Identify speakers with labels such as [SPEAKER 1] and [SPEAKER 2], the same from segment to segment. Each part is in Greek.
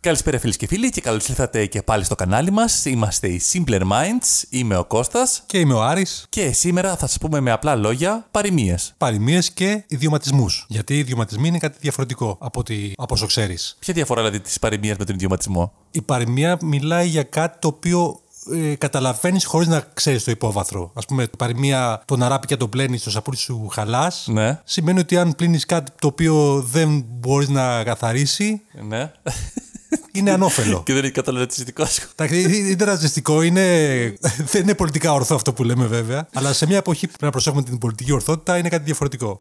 [SPEAKER 1] Καλησπέρα φίλες και φίλοι και καλώς ήρθατε και πάλι στο κανάλι μας. Είμαστε οι Simpler Minds, είμαι ο Κώστας
[SPEAKER 2] Και είμαι ο Άρης,
[SPEAKER 1] και σήμερα θα σας πούμε με απλά λόγια παροιμίες.
[SPEAKER 2] παροιμίες και ιδιωματισμούς. Γιατί οι ιδιωματισμοί είναι κάτι διαφορετικό από, ό,τι, από όσο ξέρεις.
[SPEAKER 1] Ποια διαφορά δηλαδή της παροιμίας με τον ιδιωματισμό.
[SPEAKER 2] Η παροιμία μιλάει για κάτι το οποίο ε, καταλαβαίνεις χωρίς να ξέρεις το υπόβαθρο. Ας πούμε, η παροιμία τον αράπη και τον πλένεις, το σαπούρι σου χαλάς.
[SPEAKER 1] Ναι.
[SPEAKER 2] Σημαίνει ότι αν πλύνεις κάτι το οποίο δεν μπορείς να καθαρίσει,
[SPEAKER 1] Ναι.
[SPEAKER 2] είναι ανώφελο.
[SPEAKER 1] και δεν είναι καθόλου ρατσιστικό.
[SPEAKER 2] Εντάξει, ε, είναι ρατσιστικό, είναι... δεν είναι πολιτικά ορθό αυτό που λέμε βέβαια. Αλλά σε μια εποχή που πρέπει να προσέχουμε την πολιτική ορθότητα είναι κάτι διαφορετικό.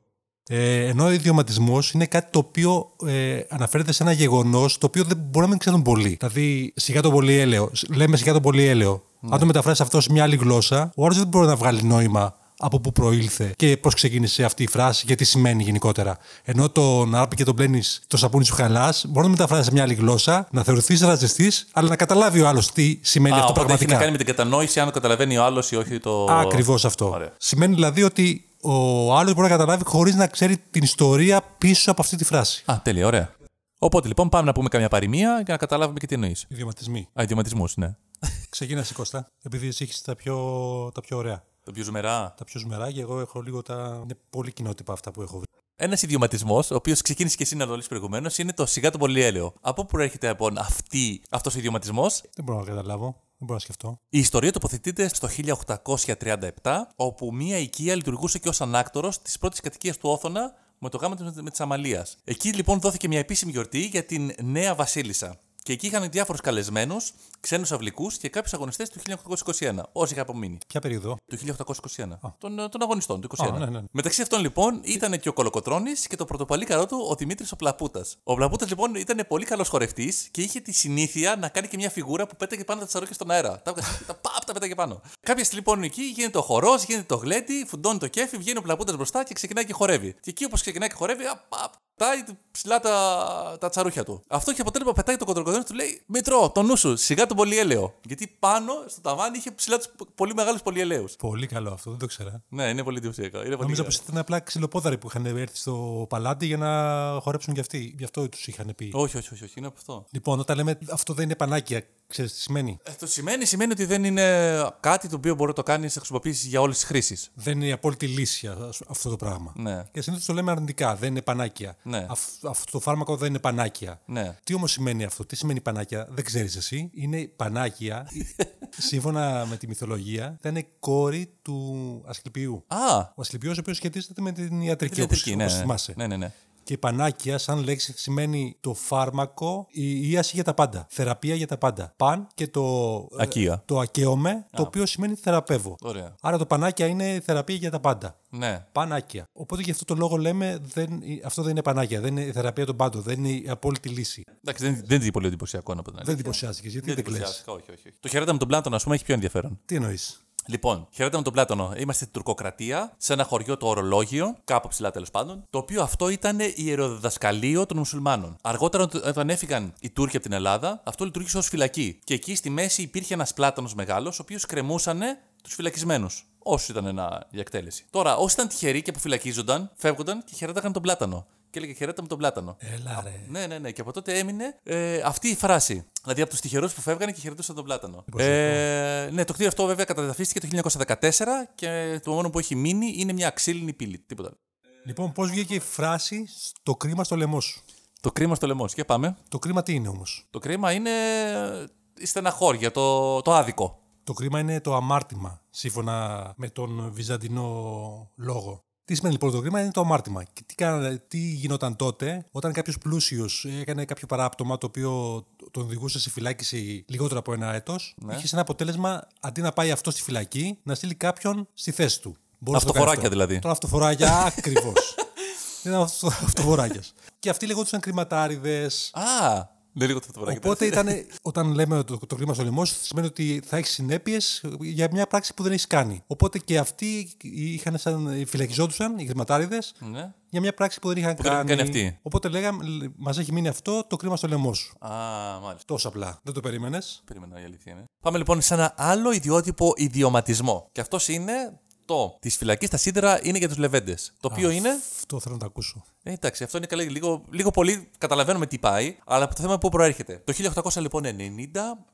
[SPEAKER 2] Ε, ενώ ο ιδιωματισμός είναι κάτι το οποίο ε, αναφέρεται σε ένα γεγονός το οποίο δεν μπορεί να μην ξέρουν πολύ. Δηλαδή, σιγά το πολύ έλαιο. Σ- Λέμε σιγά το πολύ έλαιο.
[SPEAKER 1] Ναι.
[SPEAKER 2] Αν το μεταφράσεις αυτό σε μια άλλη γλώσσα, ο άλλος δεν μπορεί να βγάλει νόημα από πού προήλθε και πώς ξεκίνησε αυτή η φράση και τι σημαίνει γενικότερα. Ενώ τον άρπη και τον πλένει το σαπούνι σου χαλάς, μπορεί να μεταφράσει σε μια άλλη γλώσσα, να θεωρηθείς ρατσιστή, αλλά να καταλάβει ο άλλος τι σημαίνει
[SPEAKER 1] Α,
[SPEAKER 2] αυτό
[SPEAKER 1] οπότε έχει να
[SPEAKER 2] πραγματικά.
[SPEAKER 1] κάνει με την κατανόηση αν το καταλαβαίνει ο άλλος ή όχι το...
[SPEAKER 2] Ακριβώς αυτό.
[SPEAKER 1] Ωραία.
[SPEAKER 2] Σημαίνει δηλαδή ότι ο άλλος μπορεί να καταλάβει χωρίς να ξέρει την ιστορία πίσω από αυτή τη φράση.
[SPEAKER 1] Α, τέλεια, ωραία. Οπότε λοιπόν πάμε να πούμε καμιά παροιμία για να καταλάβουμε και τι εννοείς.
[SPEAKER 2] Ιδιωματισμοί.
[SPEAKER 1] Α, ιδιωματισμούς, ναι.
[SPEAKER 2] Ξεκίνας εσύ, Κώστα, επειδή εσύ έχεις τα πιο, τα πιο ωραία.
[SPEAKER 1] Το πιο ζουμερά.
[SPEAKER 2] Τα πιο ζουμεράγια, εγώ έχω λίγο τα. Είναι πολύ κοινότυπα αυτά που έχω βρει.
[SPEAKER 1] Ένας ιδιωματισμός, ο οποίος ξεκίνησε και εσύ να το λες προηγουμένως, είναι το σιγά το πολύ έλαιο. Από πού προέρχεται λοιπόν αυτή, αυτός ο ιδιωματισμός,
[SPEAKER 2] Δεν μπορώ να καταλάβω. Δεν μπορώ να σκεφτώ.
[SPEAKER 1] η ιστορία τοποθετείται στο 1837, όπου μία οικία λειτουργούσε και ως ανάκτορος της πρώτης κατοικίας του Όθωνα με το γάμο της Αμαλίας. Εκεί λοιπόν δόθηκε μια επίσημη γιορτή για την νέα Βασίλισσα. Και εκεί είχαν διάφορους καλεσμένους, ξένους αυλικούς και κάποιους αγωνιστές του 1821, όσοι είχαν απομείνει.
[SPEAKER 2] Ποια περίοδο.
[SPEAKER 1] Του 1821. Των, ε, των αγωνιστών, του 21.
[SPEAKER 2] Α, ναι, ναι.
[SPEAKER 1] Μεταξύ αυτών λοιπόν ήταν και ο Κολοκοτρόνη και το πρωτοπαλίκαρό του ο Δημήτρης ο Πλαπούτας. Ο Πλαπούτας λοιπόν ήταν πολύ καλός χορευτής και είχε τη συνήθεια να κάνει και μια φιγούρα που πέταγε πάνω τα τσαρόκια στον αέρα. Τα έβγαζε, τα παπ, τα πέταγε πάνω. Κάποια στιγμή λοιπόν εκεί γίνεται ο χορός, γίνεται το γλέντι, φουντώνει το κέφι, βγαίνει ο Πλαπούτας μπροστά και ξεκινάει και χορεύει. Και εκεί όπως ξεκινάει και χορεύει, α, παπ, πετάει ψηλά τα, τα τσαρούχια του. Αυτό είχε αποτέλεσμα πετάει το κοντροκοδρόνι του λέει Μητρό, το νου σου, σιγά τον πολυέλαιο. Γιατί πάνω στο ταβάνι είχε ψηλά τους πολύ μεγάλους πολυελαίου.
[SPEAKER 2] Πολύ καλό αυτό, δεν το ξέρα.
[SPEAKER 1] Ναι, είναι πολύ εντυπωσιακό. Είναι πολύ
[SPEAKER 2] Νομίζω πω
[SPEAKER 1] ωραίο.
[SPEAKER 2] ήταν απλά ξυλοπόδαροι που είχαν έρθει στο παλάτι για να χορέψουν κι αυτοί. Γι' αυτό τους είχαν πει.
[SPEAKER 1] Όχι, όχι, όχι, όχι, είναι από αυτό.
[SPEAKER 2] Λοιπόν, όταν λέμε αυτό δεν είναι πανάκια, ξέρεις τι σημαίνει.
[SPEAKER 1] Ε, το σημαίνει, σημαίνει ότι δεν είναι κάτι το οποίο μπορεί να το κάνεις να χρησιμοποιήσεις για όλες τις χρήσεις.
[SPEAKER 2] Δεν είναι η απόλυτη λύση α- αυτό το πράγμα.
[SPEAKER 1] Ναι.
[SPEAKER 2] Και συνήθως το λέμε αρνητικά, δεν είναι πανάκια.
[SPEAKER 1] Ναι.
[SPEAKER 2] Αυ- αυτό το φάρμακο δεν είναι πανάκια.
[SPEAKER 1] Ναι.
[SPEAKER 2] Τι όμως σημαίνει αυτό, τι σημαίνει πανάκια, δεν ξέρεις εσύ. Είναι πανάκια, σύμφωνα με τη μυθολογία, ήταν κόρη του Ασκληπιού.
[SPEAKER 1] Α!
[SPEAKER 2] Ο Ασκληπιός, ο οποίος σχετίζεται με την ιατρική,
[SPEAKER 1] Την
[SPEAKER 2] όπω
[SPEAKER 1] ιατρική, ναι, ναι.
[SPEAKER 2] θυμάσαι.
[SPEAKER 1] ναι, ναι, ναι.
[SPEAKER 2] Και η πανάκια, σαν λέξη, σημαίνει το φάρμακο, η ίαση για τα πάντα. Θεραπεία για τα πάντα. Παν και το. ε,
[SPEAKER 1] Ακία.
[SPEAKER 2] Το ακαίωμε, το οποίο σημαίνει θεραπεύω.
[SPEAKER 1] Ωραία.
[SPEAKER 2] Άρα το πανάκια είναι θεραπεία για τα πάντα.
[SPEAKER 1] Ναι.
[SPEAKER 2] Πανάκια. Οπότε γι' αυτό το λόγο λέμε δεν, αυτό δεν είναι πανάκια. Δεν είναι η θεραπεία των πάντων. Δεν είναι η απόλυτη λύση.
[SPEAKER 1] Εντάξει, δεν, δεν είναι πολύ εντυπωσιακό να πω την
[SPEAKER 2] Δεν
[SPEAKER 1] αλήθεια.
[SPEAKER 2] εντυπωσιάστηκες. Γιατί δεν κλε.
[SPEAKER 1] εντυπωσιάστηκα, όχι, όχι, όχι. Το χαιρέτα με τον Πλάτωνα, ας πούμε, έχει πιο ενδιαφέρον.
[SPEAKER 2] Τι εννοείς.
[SPEAKER 1] Λοιπόν, χαιρετάμε τον Πλάτωνο. Είμαστε στην Τουρκοκρατία, σε ένα χωριό το Ορολόγιο, κάπου ψηλά τέλος πάντων, το οποίο αυτό ήταν ιεροδιδασκαλείο των μουσουλμάνων. Αργότερα, όταν- όταν έφυγαν οι Τούρκοι από την Ελλάδα, αυτό λειτουργήσε ως φυλακή. Και εκεί στη μέση υπήρχε ένας πλάτανο μεγάλος, ο οποίος κρεμούσανε τους φυλακισμένους. Όσους ήταν ένα, για εκτέλεση. Τώρα, όσοι ήταν τυχεροί και αποφυλακίζονταν, φεύγονταν και χαιρέταγαν τον Πλάτανο. Και έλεγε χαιρέτα με τον Πλάτανο.
[SPEAKER 2] Έλα ρε.
[SPEAKER 1] Ναι, ναι, ναι. Και από τότε έμεινε ε, αυτή η φράση. Δηλαδή από τους τυχερούς που φεύγανε και χαιρετούσαν τον Πλάτανο. Ε, ναι, το κτίριο αυτό βέβαια καταδαφίστηκε το 1914 και το μόνο που έχει μείνει είναι μια ξύλινη πύλη. Τίποτα άλλο.
[SPEAKER 2] Λοιπόν, πώς βγήκε η φράση στο κρίμα στο λαιμό σου.
[SPEAKER 1] Το κρίμα στο λαιμό. σου. Για πάμε.
[SPEAKER 2] Το κρίμα τι είναι όμως.
[SPEAKER 1] Το κρίμα είναι ε, η στεναχώρια, το, το άδικο.
[SPEAKER 2] Το κρίμα είναι το αμάρτημα, σύμφωνα με τον βυζαντινό λόγο. Τι σημαίνει λοιπόν το κρίμα είναι το αμάρτημα. Και τι, κάνανε, τι γινόταν τότε, όταν κάποιος πλούσιος έκανε κάποιο παράπτωμα το οποίο τον οδηγούσε σε φυλάκιση λιγότερο από ένα έτος,
[SPEAKER 1] Ναι.
[SPEAKER 2] είχε σαν αποτέλεσμα αντί να πάει αυτό στη φυλακή, να στείλει κάποιον στη θέση του. Μπορούσε να το κάνει
[SPEAKER 1] Αυτοφοράκια
[SPEAKER 2] αυτό.
[SPEAKER 1] δηλαδή.
[SPEAKER 2] Τον αυτοφοράκια, ακριβώ. Ήταν αυτοφοράκιας. και αυτοί λεγόντουσαν κρυματάριδε,
[SPEAKER 1] Α! Ναι, λίγο το φοράκι.
[SPEAKER 2] Οπότε ήταν, όταν λέμε το, το κλίμα στο λαιμό, σου, σημαίνει ότι θα έχεις συνέπειες για μια πράξη που δεν έχεις κάνει. Οπότε και αυτοί είχαν σαν, φυλακιζόντουσαν, οι χρηματάριδες,
[SPEAKER 1] Ναι.
[SPEAKER 2] για μια πράξη που δεν είχαν
[SPEAKER 1] δεν
[SPEAKER 2] κάνει.
[SPEAKER 1] είχαν κάνει αυτοί.
[SPEAKER 2] Οπότε λέγαμε, μας έχει μείνει αυτό το κρίμα στο λαιμό σου.
[SPEAKER 1] Α, μάλιστα.
[SPEAKER 2] Τόσο απλά. Δεν το περίμενες.
[SPEAKER 1] Περίμενα η αλήθεια είναι. Πάμε λοιπόν σε ένα άλλο ιδιότυπο ιδιωματισμό. Και αυτός είναι το της φυλακής στα σίδερα είναι για τους Λεβέντες. Το οποίο είναι.
[SPEAKER 2] Αυτό θέλω να το ακούσω.
[SPEAKER 1] Ε, εντάξει, αυτό είναι καλή. Λίγο, λίγο πολύ καταλαβαίνουμε τι πάει, αλλά το θέμα που προέρχεται. Το 1800 λοιπόν 90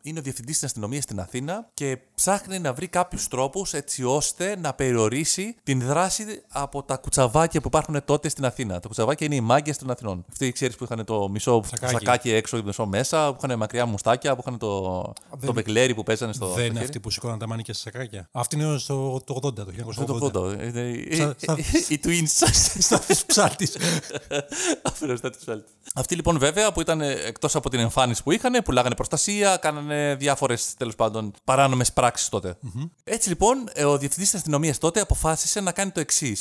[SPEAKER 1] είναι ο διευθυντής τη αστυνομία στην Αθήνα και ψάχνει να βρει κάποιους τρόπους έτσι ώστε να περιορίσει την δράση από τα κουτσαβάκια που υπάρχουν τότε στην Αθήνα. Τα κουτσαβάκια είναι οι μάγκες των Αθηνών. Αυτοί ξέρεις που είχαν το μισό
[SPEAKER 2] Σακάκι.
[SPEAKER 1] σακάκι έξω και το μισό μέσα, που είχαν μακριά μουστάκια, που είχαν το, το μπεκλέρι που παίζανε στο.
[SPEAKER 2] Δεν είναι
[SPEAKER 1] χέρι.
[SPEAKER 2] αυτοί που σηκώναν τα μάνικια σε σακάκια. Αυτή είναι στο το 80, το 1980.
[SPEAKER 1] Το 80. Ε, ε, ε,
[SPEAKER 2] Σαν- σαν-
[SPEAKER 1] Οι twins.
[SPEAKER 2] Στα της ψάλτης.
[SPEAKER 1] Αφήνω στα της άλλη. Αυτοί λοιπόν βέβαια που ήταν εκτός από την εμφάνιση που είχαν, πουλάγανε προστασία, κάνανε διάφορες τέλος πάντων παράνομες πράξεις Έτσι λοιπόν, ε, ο διευθυντής της αστυνομίας τότε αποφάσισε να κάνει το εξής.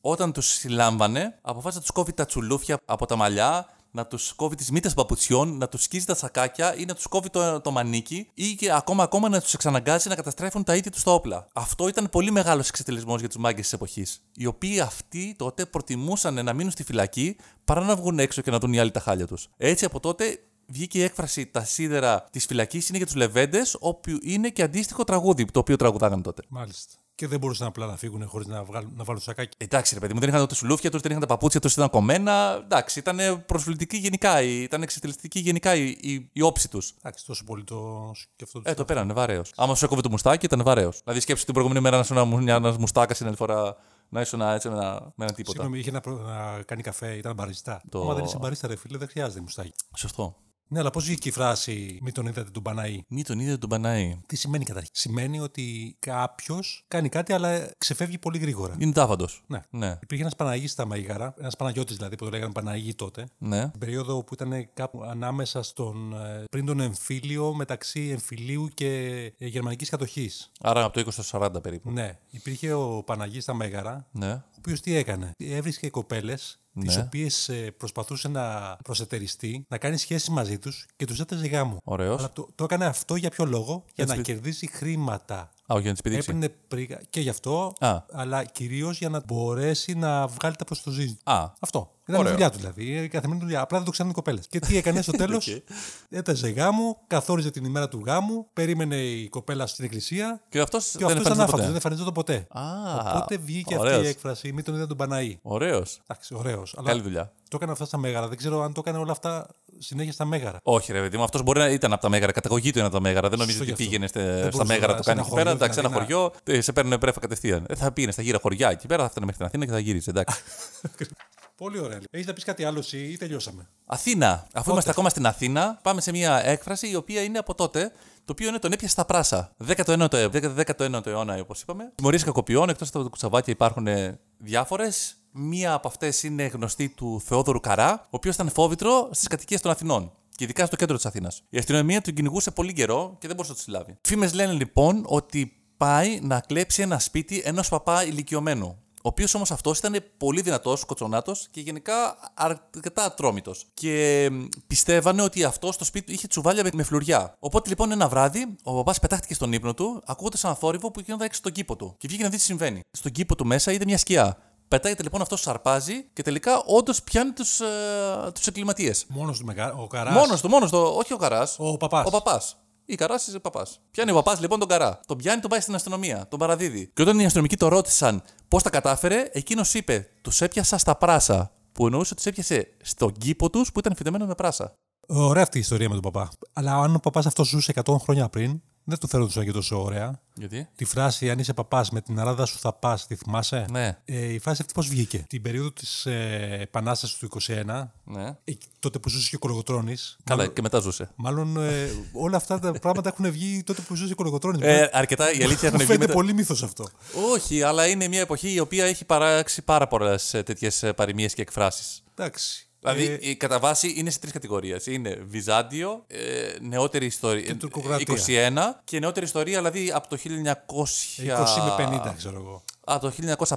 [SPEAKER 1] Όταν τους συλλάμβανε, αποφάσισε να τους κόβει τα τσουλούφια από τα μαλλιά, να τους κόβει τις μύτες παπουτσιών, να τους σκίζει τα σακάκια ή να τους κόβει το, το μανίκι ή και ακόμα ακόμα να τους εξαναγκάζει να καταστρέφουν τα ίδια τους τα όπλα. Αυτό ήταν πολύ μεγάλος εξετελισμός για τους μάγκες της εποχής. Οι οποίοι αυτοί τότε προτιμούσαν να μείνουν στη φυλακή παρά να βγουν έξω και να δουν οι άλλοι τα χάλια τους. Έτσι από τότε βγήκε η έκφραση Τα σίδερα της φυλακής είναι για τους λεβέντες, όπου είναι και αντίστοιχο τραγούδι το οποίο τραγουδάγανε τότε.
[SPEAKER 2] Μάλιστα. Και δεν μπορούσαν απλά να φύγουν χωρίς να, βγάλουν- να βάλουν σακάκι.
[SPEAKER 1] Εντάξει, ρε παιδί μου, δεν είχαν τα σουλούφια τους, δεν είχαν τα παπούτσια τους, ήταν κομμένα. Εντάξει, ήταν προσβλητική γενικά, η- ήταν εξετελιστική γενικά η, η, η όψη τους.
[SPEAKER 2] Εντάξει, τόσο πολύ το σκεφτόταν.
[SPEAKER 1] Ε, το πέρανε, βαρέως. Άμα σου έκοβε το μουστάκι, ήταν βαρέως. Δηλαδή, σκέψου την προηγούμενη μέρα να σου ένα μουστάκα στην άλλη φορά να ήσουν έτσι με ένα, με ένα τίποτα.
[SPEAKER 2] Συγγνώμη, είχε να, προ- να κάνει καφέ, ήταν μπαριστά.
[SPEAKER 1] Το-
[SPEAKER 2] Το... Μα δεν είσαι μπαριστά, ρε φίλε, δεν χρειάζεται μουστάκι.
[SPEAKER 1] Σωστό.
[SPEAKER 2] Ναι, αλλά πώς βγήκε η φράση Μην τον είδατε τον Παναή.
[SPEAKER 1] Μη τον είδε τον Παναή.
[SPEAKER 2] Τι σημαίνει καταρχήν. Σημαίνει ότι κάποιος κάνει κάτι, αλλά ξεφεύγει πολύ γρήγορα.
[SPEAKER 1] Είναι τάβαντο.
[SPEAKER 2] Ναι.
[SPEAKER 1] Ναι.
[SPEAKER 2] Υπήρχε ένας Παναγής στα Μαγιγάρα, ένας Παναγιώτης δηλαδή που το λέγανε Παναγί τότε.
[SPEAKER 1] ναι.
[SPEAKER 2] Την περίοδο που ήταν κάπου ανάμεσα στον. ε, πριν τον εμφύλιο, μεταξύ εμφυλίου και ε, γερμανικής κατοχής.
[SPEAKER 1] Άρα από το 20 στο 40 περίπου.
[SPEAKER 2] Ναι. Υπήρχε ο Παναγί στα Μέγαρα,
[SPEAKER 1] Ναι.
[SPEAKER 2] ο οποίος τι έκανε. Έβρισκε κοπέλες, τις
[SPEAKER 1] Ναι.
[SPEAKER 2] οποίες ε, προσπαθούσε να προσετεριστεί, να κάνει σχέση μαζί τους και τους έτρεζε γάμο.
[SPEAKER 1] Ωραίος.
[SPEAKER 2] Αλλά το, το έκανε αυτό για ποιο λόγο, για
[SPEAKER 1] Έτσι.
[SPEAKER 2] να κερδίσει χρήματα.
[SPEAKER 1] Α, όχι, να τη πηδήξει.
[SPEAKER 2] Έπαιρνε πρίγα και γι' αυτό,
[SPEAKER 1] Α.
[SPEAKER 2] αλλά κυρίως για να μπορέσει να βγάλει τα προ το ζήτημα.
[SPEAKER 1] Α.
[SPEAKER 2] Αυτό. Ήταν η
[SPEAKER 1] Ωραίο.
[SPEAKER 2] δουλειά του δηλαδή. Η καθημερινή δουλειά. Απλά δεν το ξέρουν οι κοπέλες. Και τι έκανε στο τέλος. Έταζε γάμο, καθόριζε την ημέρα του γάμου, περίμενε η κοπέλα στην εκκλησία.
[SPEAKER 1] Και αυτός
[SPEAKER 2] Και
[SPEAKER 1] δεν
[SPEAKER 2] αυτός ήταν
[SPEAKER 1] εμφανίζεται
[SPEAKER 2] άφαντο, δεν
[SPEAKER 1] ποτέ.
[SPEAKER 2] εμφανιζόταν ποτέ.
[SPEAKER 1] Α,
[SPEAKER 2] Οπότε βγήκε αυτή
[SPEAKER 1] ωραίος.
[SPEAKER 2] η έκφραση, μην τον είδα τον Παναή.
[SPEAKER 1] Ωραίος.
[SPEAKER 2] Εντάξει, ωραίος. Αλλά
[SPEAKER 1] Καλή δουλειά.
[SPEAKER 2] το έκανε αυτά στα Μέγαρα. Δεν ξέρω αν το έκανε όλα αυτά συνέχεια στα Μέγαρα.
[SPEAKER 1] Όχι, ρε παιδί μου, αυτός μπορεί να ήταν από τα μέγαρα. Καταγωγή του ήταν από τα μέγαρα. Δεν νομίζω
[SPEAKER 2] γι'
[SPEAKER 1] ότι
[SPEAKER 2] αυτό.
[SPEAKER 1] πήγαινε στε- στα
[SPEAKER 2] μπορούσε
[SPEAKER 1] μέγαρα
[SPEAKER 2] να-
[SPEAKER 1] το
[SPEAKER 2] σε
[SPEAKER 1] κάνει
[SPEAKER 2] ένα
[SPEAKER 1] εκεί πέρα.
[SPEAKER 2] χωριό,
[SPEAKER 1] Εντάξει, ένα
[SPEAKER 2] δηλαδή,
[SPEAKER 1] χωριό, ε, σε παίρνουν πρέφα κατευθείαν. Ε, Θα πήγαινε στα γύρα χωριά εκεί πέρα, θα φτάνε μέχρι την Αθήνα και θα γύριζε. Εντάξει.
[SPEAKER 2] Πολύ ωραία. Έχεις να πεις κάτι άλλο εσύ ή τελειώσαμε.
[SPEAKER 1] Αθήνα. Αφού είμαστε ακόμα στην Αθήνα, πάμε σε μια έκφραση η οποία είναι από τότε. Το οποίο είναι τον έπιασε στα πράσα. 19ο, ε- 19ο αιώνα, όπως είπαμε. Τιμωρίες κακοποιών, εκτός από τα κουτσαβάκια, υπάρχουν διάφορες. Μία από αυτές είναι γνωστή του Θεόδωρου Καρά, ο οποίος ήταν φόβητρο στις κατοικίες των Αθηνών. Και ειδικά στο κέντρο της Αθήνας. Η αστυνομία του κυνηγούσε πολύ καιρό και δεν μπορούσε να του συλλάβει. Φήμες λένε λοιπόν ότι πάει να κλέψει ένα σπίτι ενός παπά ηλικιωμένου. Ο οποίος όμως αυτός ήταν πολύ δυνατός, κοτσονάτος και γενικά αρκετά ατρόμητος. Και μ, πιστεύανε ότι αυτό στο σπίτι του είχε τσουβάλια με- με φλουριά. Οπότε λοιπόν ένα βράδυ ο παπάς πετάχτηκε στον ύπνο του, ακούγοντας ένα θόρυβο που γινόταν έξω στον κήπο του. Και βγήκε να δει τι συμβαίνει. Στον κήπο του μέσα είδε μια σκιά. Πετάγεται λοιπόν αυτό, σαρπάζει και τελικά όντως πιάνει τους ε, τους εγκληματίες.
[SPEAKER 2] Μόνος του Μεγάρα. Ο Καράς.
[SPEAKER 1] Μόνος του, μόνος του, όχι ο καράς.
[SPEAKER 2] Ο παπάς.
[SPEAKER 1] Ο παπάς. Ή καράς ή παπάς. Πιάνει ο παπάς λοιπόν τον καρά. Τον πιάνει, τον πάει στην αστυνομία, τον παραδίδει. Και όταν οι αστυνομικοί το ρώτησαν πώς τα κατάφερε, εκείνος είπε: Τους έπιασα στα πράσα. Που εννοούσε ότι τους έπιασε στον κήπο τους που ήταν φυτεμένο με πράσα.
[SPEAKER 2] Ωραία αυτή η ιστορία με τον παπά. Αλλά αν ο παπάς αυτός ζούσε 100 χρόνια πριν, δεν του φέρνουν και τόσο ωραία.
[SPEAKER 1] Γιατί?
[SPEAKER 2] Τη φράση Αν είσαι παπάς, με την αράδα σου θα πας, τη θυμάσαι.
[SPEAKER 1] Ναι.
[SPEAKER 2] Ε, η φράση αυτή πώς βγήκε. Την περίοδο της ε, Επανάστασης του 21,
[SPEAKER 1] Ναι.
[SPEAKER 2] ε, τότε που ζούσε και ο Κολοκοτρόνη.
[SPEAKER 1] Καλά, και μετά ζούσε.
[SPEAKER 2] Μάλλον ε, όλα αυτά τα πράγματα έχουν βγει τότε που ζούσε ο Κολοκοτρόνη.
[SPEAKER 1] Ε, αρκετά η αλήθεια
[SPEAKER 2] Μου
[SPEAKER 1] έχουν βγει
[SPEAKER 2] Ναι. φαίνεται
[SPEAKER 1] μετά.
[SPEAKER 2] πολύ μύθος αυτό.
[SPEAKER 1] Όχι, αλλά είναι μια εποχή η οποία έχει παράξει πάρα ε, πολλέ τέτοιε παροιμίες και εκφράσεις.
[SPEAKER 2] Εντάξει.
[SPEAKER 1] Δηλαδή,
[SPEAKER 2] Ε,
[SPEAKER 1] η κατά βάση είναι σε τρεις κατηγορίες. Είναι Βυζάντιο, ε, νεότερη ιστορία.
[SPEAKER 2] Τουρκοκρατία.
[SPEAKER 1] 21 και νεότερη ιστορία, δηλαδή από το 1900.
[SPEAKER 2] 20 με 50, ξέρω εγώ.
[SPEAKER 1] Από το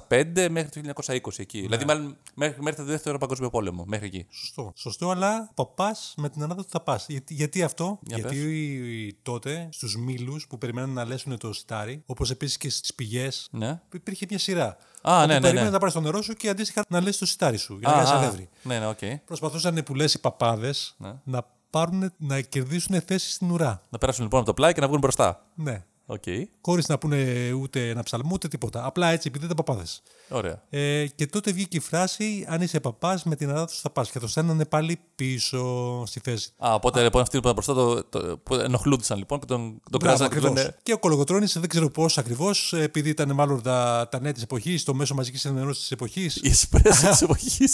[SPEAKER 1] 1905 μέχρι το 1920 εκεί. Δηλαδή, μάλλον μέχρι, μέχρι το δεύτερο Παγκόσμιο Πόλεμο. Μέχρι εκεί.
[SPEAKER 2] Ναι. Σωστό. Σωστό, αλλά παπά με την ανάδα του θα πας. Γιατί, γιατί αυτό,
[SPEAKER 1] Για
[SPEAKER 2] Γιατί
[SPEAKER 1] πες.
[SPEAKER 2] οι- οι- τότε στους μήλους που περιμένουν να λέσουν το στάρι, όπως επίσης και στις πηγές,
[SPEAKER 1] Ναι.
[SPEAKER 2] υπήρχε μια σειρά.
[SPEAKER 1] ναι, ναι, ναι.
[SPEAKER 2] Περίμενες να πάρεις το νερό σου και αντίστοιχα να λες το στάρι σου. Για να
[SPEAKER 1] Α,
[SPEAKER 2] κάνεις
[SPEAKER 1] α,
[SPEAKER 2] αλεύρι.
[SPEAKER 1] ναι, ναι, οκ.
[SPEAKER 2] Προσπαθούσαν που λες οι παπάδες
[SPEAKER 1] Ναι.
[SPEAKER 2] να, πάρουν, να κερδίσουν θέσει στην ουρά.
[SPEAKER 1] Να περάσουν λοιπόν από το πλάι και να βγουν μπροστά.
[SPEAKER 2] Ναι.
[SPEAKER 1] Οκ.
[SPEAKER 2] χωρίς να πούνε ούτε ένα ψαλμό ούτε τίποτα. Απλά έτσι, επειδή ήταν παπάδες.
[SPEAKER 1] Ωραία.
[SPEAKER 2] Ε, και τότε βγήκε η φράση: Αν είσαι παπάς, με την αράδο σου θα πας. Και το στέλνανε πάλι πίσω στη θέση.
[SPEAKER 1] Α, οπότε λοιπόν αυτοί που ήταν μπροστά το, το, που ενοχλούνταν λοιπόν και τον, τον ε,
[SPEAKER 2] Μπράβο,
[SPEAKER 1] κράζαν και του
[SPEAKER 2] ακριβώς.
[SPEAKER 1] λένε.
[SPEAKER 2] Και ο Κολοκοτρόνη δεν ξέρω πώς ακριβώς, επειδή ήταν μάλλον τα, τα νέα της εποχής, το μέσο μαζικής ενημέρωσης της εποχής.
[SPEAKER 1] Η εσπρέσο της εποχής.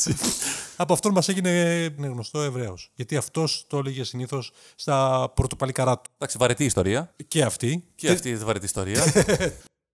[SPEAKER 2] από αυτόν μας έγινε ε, γνωστό Εβραίο. Γιατί αυτός το έλεγε συνήθως στα πρωτοπαλικαρά του.
[SPEAKER 1] Εντάξει, βαρετή ιστορία.
[SPEAKER 2] Και αυτή.
[SPEAKER 1] Και αυτή η βαρετή ιστορία.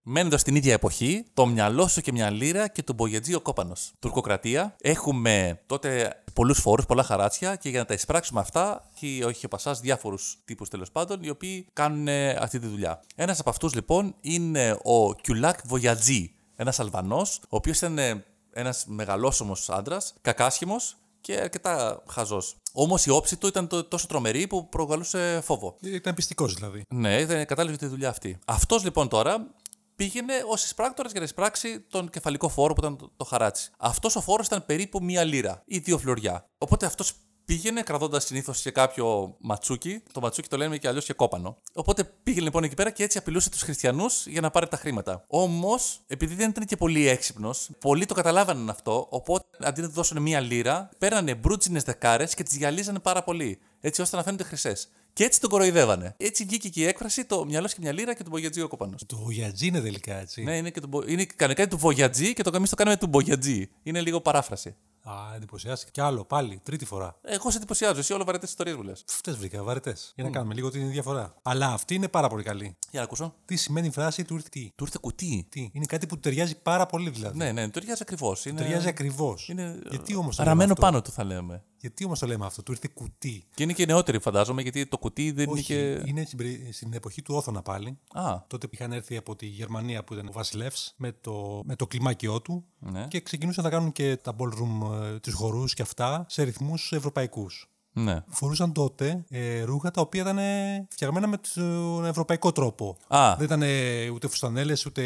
[SPEAKER 1] Μένοντας στην ίδια εποχή, το μυαλό σου και μια λίρα και τον Μπογιατζή ο κόπανος. Τουρκοκρατία. Έχουμε τότε πολλούς φόρους, πολλά χαράτσια και για να τα εισπράξουμε αυτά, έχει όχι πασά διάφορους τύπους τέλος πάντων, οι οποίοι κάνουν ε, αυτή τη δουλειά. Ένας από αυτούς λοιπόν είναι ο Κιουλάκ Βογιατζή. Ένας Αλβανός, ο οποίος ήταν ε, ένας μεγαλόσωμος άντρας, κακάσχημος και αρκετά χαζός. Όμως η όψη του ήταν το- τόσο τρομερή που προκαλούσε φόβο.
[SPEAKER 2] Ήταν πιστικός δηλαδή.
[SPEAKER 1] Ναι, ήταν κατάλληλο για τη δουλειά αυτή. Αυτός λοιπόν τώρα πήγαινε ως εισπράκτορας για να εισπράξει τον κεφαλικό φόρο που ήταν το, το χαράτσι. Αυτός ο φόρος ήταν περίπου μία λίρα ή δύο φλωριά. Οπότε αυτός πήγαινε κρατώντας συνήθως σε κάποιο ματσούκι. Το ματσούκι το λέμε και αλλιώς και κόπανο. Οπότε πήγαινε λοιπόν εκεί πέρα και έτσι απειλούσε τους χριστιανούς για να πάρει τα χρήματα. Όμως, επειδή δεν ήταν και πολύ έξυπνος, πολλοί το καταλάβαναν αυτό. Οπότε αντί να του δώσουν μία λίρα, παίρνανε μπρούτσινες δεκάρες και τις γυαλίζανε πάρα πολύ. Έτσι ώστε να φαίνονται χρυσές. Και έτσι τον κοροϊδεύανε. Έτσι βγήκε και η έκφραση το μυαλό και μια λίρα και τον Μπογιατζή ο κοπανό.
[SPEAKER 2] Το Γιατζή είναι τελικά έτσι.
[SPEAKER 1] Ναι, είναι, και τον, Μπο- είναι κανονικά είναι του Μπογιατζή και το εμείς το κάνουμε του Μπογιατζή. Είναι λίγο παράφραση.
[SPEAKER 2] Α, εντυπωσιάστηκα. Κι άλλο, πάλι, τρίτη φορά.
[SPEAKER 1] Εγώ σε εντυπωσιάζω, εσύ όλο βαρετές ιστορίες μου λες.
[SPEAKER 2] Αυτές βρήκα, βαρετές. Για να κάνουμε λίγο την διαφορά. Αλλά αυτή είναι πάρα πολύ καλή.
[SPEAKER 1] Για να ακούσω.
[SPEAKER 2] Τι σημαίνει η φράση του ήρθε τι.
[SPEAKER 1] Του ήρθε κουτί.
[SPEAKER 2] τι. Είναι κάτι που ταιριάζει πάρα πολύ δηλαδή.
[SPEAKER 1] Ναι, ναι, του ταιριάζει ακριβώς. Είναι...
[SPEAKER 2] Ταιριάζει ακριβώς.
[SPEAKER 1] είναι, ε,
[SPEAKER 2] Γιατί όμως το, λέμε
[SPEAKER 1] Αραμένο
[SPEAKER 2] αυτό?
[SPEAKER 1] πάνω του θα λέμε.
[SPEAKER 2] Γιατί όμως το λέμε αυτό, του ήρθε κουτί.
[SPEAKER 1] Και είναι και νεότεροι φαντάζομαι γιατί το κουτί δεν
[SPEAKER 2] Όχι,
[SPEAKER 1] είναι και.
[SPEAKER 2] είναι στην, περι- στην εποχή του Όθωνα πάλι.
[SPEAKER 1] Α,
[SPEAKER 2] Τότε είχαν έρθει από τη Γερμανία που ήταν ο Βασιλεύς με το, με το κλιμάκιό του
[SPEAKER 1] Ναι.
[SPEAKER 2] και ξεκινούσαν να κάνουν και τα ballroom, ε, τους χορούς και αυτά σε ρυθμούς ευρωπαϊκούς.
[SPEAKER 1] ναι.
[SPEAKER 2] φορούσαν τότε ε, ρούχα τα οποία ήταν ε, φτιαγμένα με τον ευρωπαϊκό τρόπο.
[SPEAKER 1] Α.
[SPEAKER 2] Δεν ήταν ε, ούτε φουστανέλες, ούτε